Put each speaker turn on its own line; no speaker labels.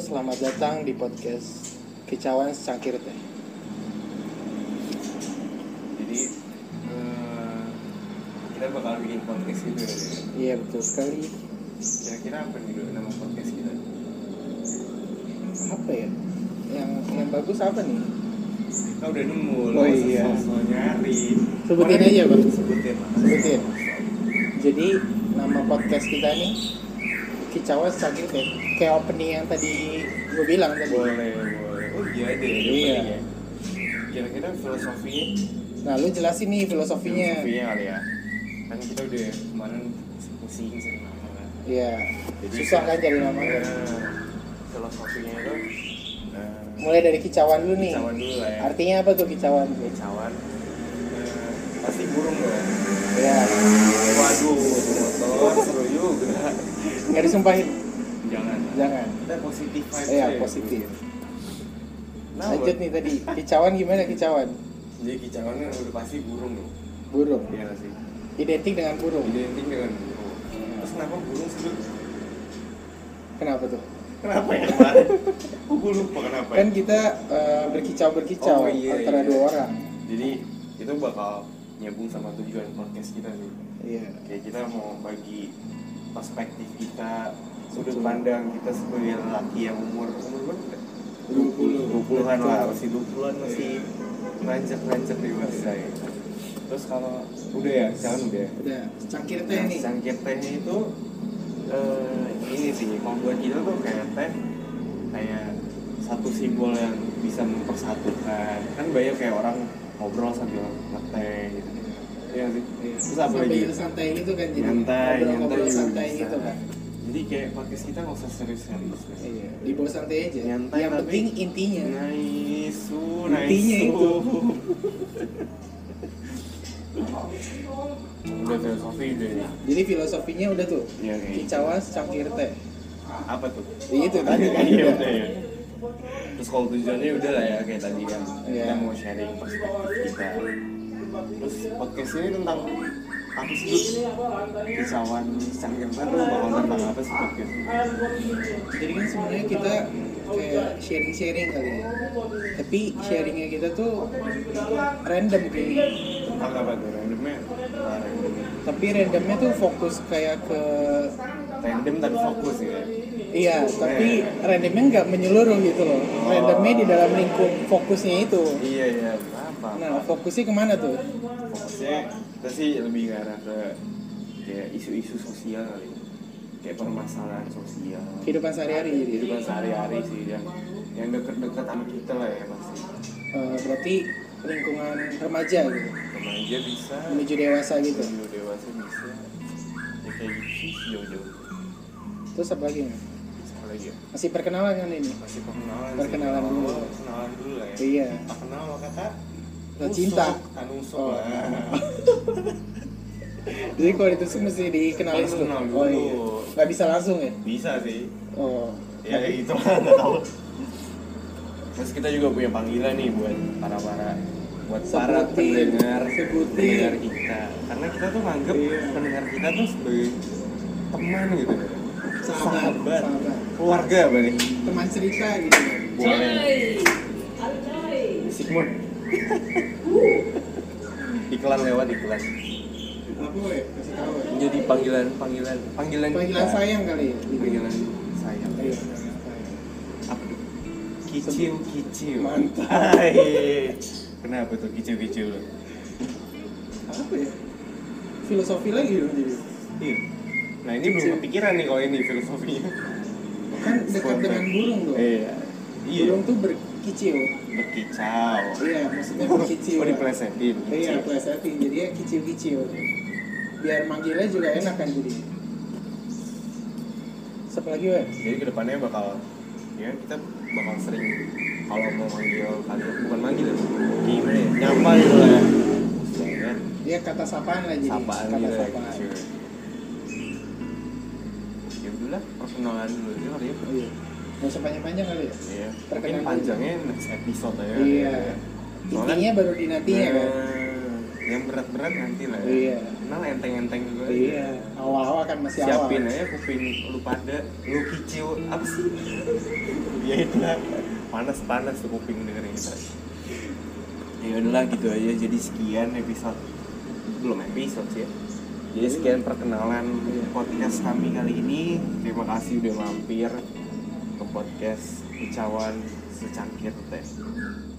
selamat datang di podcast Kicauan Secangkir Teh.
jadi eh, kita bakal bikin podcast gitu ya
Iya betul sekali.
kira-kira apa nih dulu nama podcast kita
Apa ya? Yang yang bagus apa nih?
kita udah nemu lo
Oh, iya.
sosok nyari
Sebutin
Orang
aja,
ini
Bang.
sebutin Bang.
Sebutin. Jadi nama podcast kita nih Kicauan Secangkir Teh. Kayak opening yang tadi gue bilang tadi.
boleh boleh oh iya deh ada
Iya.
opening ya. kira-kira filosofinya
Nah lu jelasin nih filosofinya.
filosofinya kali ya kan kita udah kemarin pusing sama nama kan
Iya. Susah kan cari nama.
Ya, filosofinya itu eh,
Mulai dari kicauan dulu nih.
Kicauan dulu lah ya.
Artinya apa tuh kicauan?
cawan eh, pasti burung dong
Ya,
waduh motor seru juga
nggak disumpahin.
jangan
Jangan.
kita positif aja
Iya, positif.
nah,
Lanjut nih tadi. Kicauan gimana kicauan?
jadi kicauan kan udah pasti burung loh
Burung.
iya nggak sih Iya.
Identik dengan burung.
identik dengan burung terus kenapa burung sih Dul?
Kenapa tuh?
kenapa ya kemarin aku lupa kenapa ya
Kan kita eh, berkicau-berkicau
Oh, iya,
antara
iya.
dua orang.
jadi itu bakal nyambung sama tujuan podcast kita sih
Iya.
kayak kita mau bagi perspektif kita sudut pandang kita sebagai lelaki yang umur umur berapa?
20.
20-an lah masih 20-an masih
Iya.
rancak-rancak dewasa ya. Terus kalau udah ya, jangan udah. ya?
Udah, cangkir teh
Nah,
nih.
Cangkir tehnya itu eh, ini sih membuat kita tuh kayak teh kayak satu simbol yang bisa mempersatukan. Kan banyak kayak orang ngobrol sambil ngeteh gitu. Iya sih.
Iya.
Terus apa lagi?
Sambil santai gitu kan jadi
Nyantai, nyantai
ngobrol-ngobrol
juga
santai
bisa.
gitu kan.
Jadi kayak podcast kita nggak usah serius-serius.
Iya, di bawah santai aja.
Nyantai
Yang
tapi- Iya. uh,
penting intinya.
Naisu,
Intinya
naisu.
itu.
Udah filosofi udah ya.
Jadi filosofinya udah tuh.
Iya, kayak gitu.
Kicauan cangkir teh.
Apa tuh?
Ya, Itu
Tadi kan
Iya.
ya udah ya. Terus kalau tujuannya udah lah ya kayak tadi kan
Iya.
kita mau sharing perspektif kita. Terus podcast ini tentang apa sih? Dut? Kisauan cangkir baru bakal tentang apa sih podcast?
Jadi kan sebenarnya kita kayak sharing-sharing kali ya. Tapi sharingnya kita tuh random kayak
Tentang apa tuh? Randomnya? Nah, random.
tapi randomnya tuh fokus kayak ke
Random tapi fokus ya.
iya tapi randomnya nggak menyeluruh gitu loh randomnya di dalam lingkup fokusnya itu
Iya iya. Apa?
nah fokusnya kemana tuh
fokusnya kita sih lebih ke arah ke kayak isu-isu sosial kali ya. kayak permasalahan sosial
kehidupan sehari-hari gitu. Eh, jadi
kehidupan sehari-hari sih yang yang deket-deket sama kita lah ya pasti
Eh, berarti lingkungan remaja gitu
remaja bisa
menuju dewasa gitu
menuju dewasa bisa ya kayak gitu sih jauh-jauh
terus apa lagi nih?
Apa lagi ya
masih perkenalan kan ini
masih perkenalan sih.
Perkenalan dulu.
Oh, perkenalan dulu lah ya
iya
tak kenal maka kata
Tak cinta.
tanusuk
Oh.
lah
jadi kalau ditusuk mesti dikenalin
Harus
dulu
kenal
oh iya
dulu.
nggak bisa langsung ya
bisa sih
oh
ya itu lah nggak tahu terus kita juga punya panggilan nih buat para para buat para
Sebutin,
pendengar
sebutin.
pendengar kita karena kita tuh nganggep
Iya.
pendengar kita tuh sebagai teman gitu
Sahabat, sahabat.
keluarga balik
teman cerita gitu
boleh Sigmund iklan lewat iklan
apa ya kasih tahu ya.
menjadi panggilan panggilan panggilan
panggilan
kita.
sayang kali ya gitu.
panggilan sayang
Iya, panggilan sayang.
Eh, apa tuh? Kicil kicil.
Mantap.
Hai. Kenapa tuh kicil kicil?
apa ya filosofi lagi dong jadi
Iya. Nah ini belum
Kicil.
kepikiran nih kalau ini filosofinya.
kan dekat
Spontan.
dengan burung dong
Iya. Iya.
burung tuh berkicau
Berkicau.
iya maksudnya berkicau
Oh
iya
diplesetin. kicil.
plesetin jadi ya kicau-kicau biar manggilnya juga enak kan jadi siapa lagi wes
Jadi kedepannya bakal ya kita bakal sering kalau mau manggil kalian bukan manggil ya. Gimana ya? Nyapa gitu lah. Ya kan?
dia kata sapaan lah jadi
Sapaan
kata
gitu ya.
sapaan
kicil. Ya udah lah, perkenalan dulu aja kali ya.
iya nggak usah panjang-panjang kali ya
Iya. Mungkin
Perkenalan.
panjangnya next episode aja. ya.
Iya.
Soalnya- Iya.
intinya baru di nantinya kan
Nah, yang berat-berat nanti lah ya.
Iya.
kenal enteng-enteng juga
Iya. Awal-awal kan masih awal.
siapin ya. aja kuping lu pada lu kicau apa sih ya itu lah panas panas tuh kuping dengerin kita ya udahlah gitu aja jadi sekian episode belum episode sih ya. jadi sekian perkenalan podcast kami kali ini terima kasih udah mampir ke podcast kecawan secangkir teh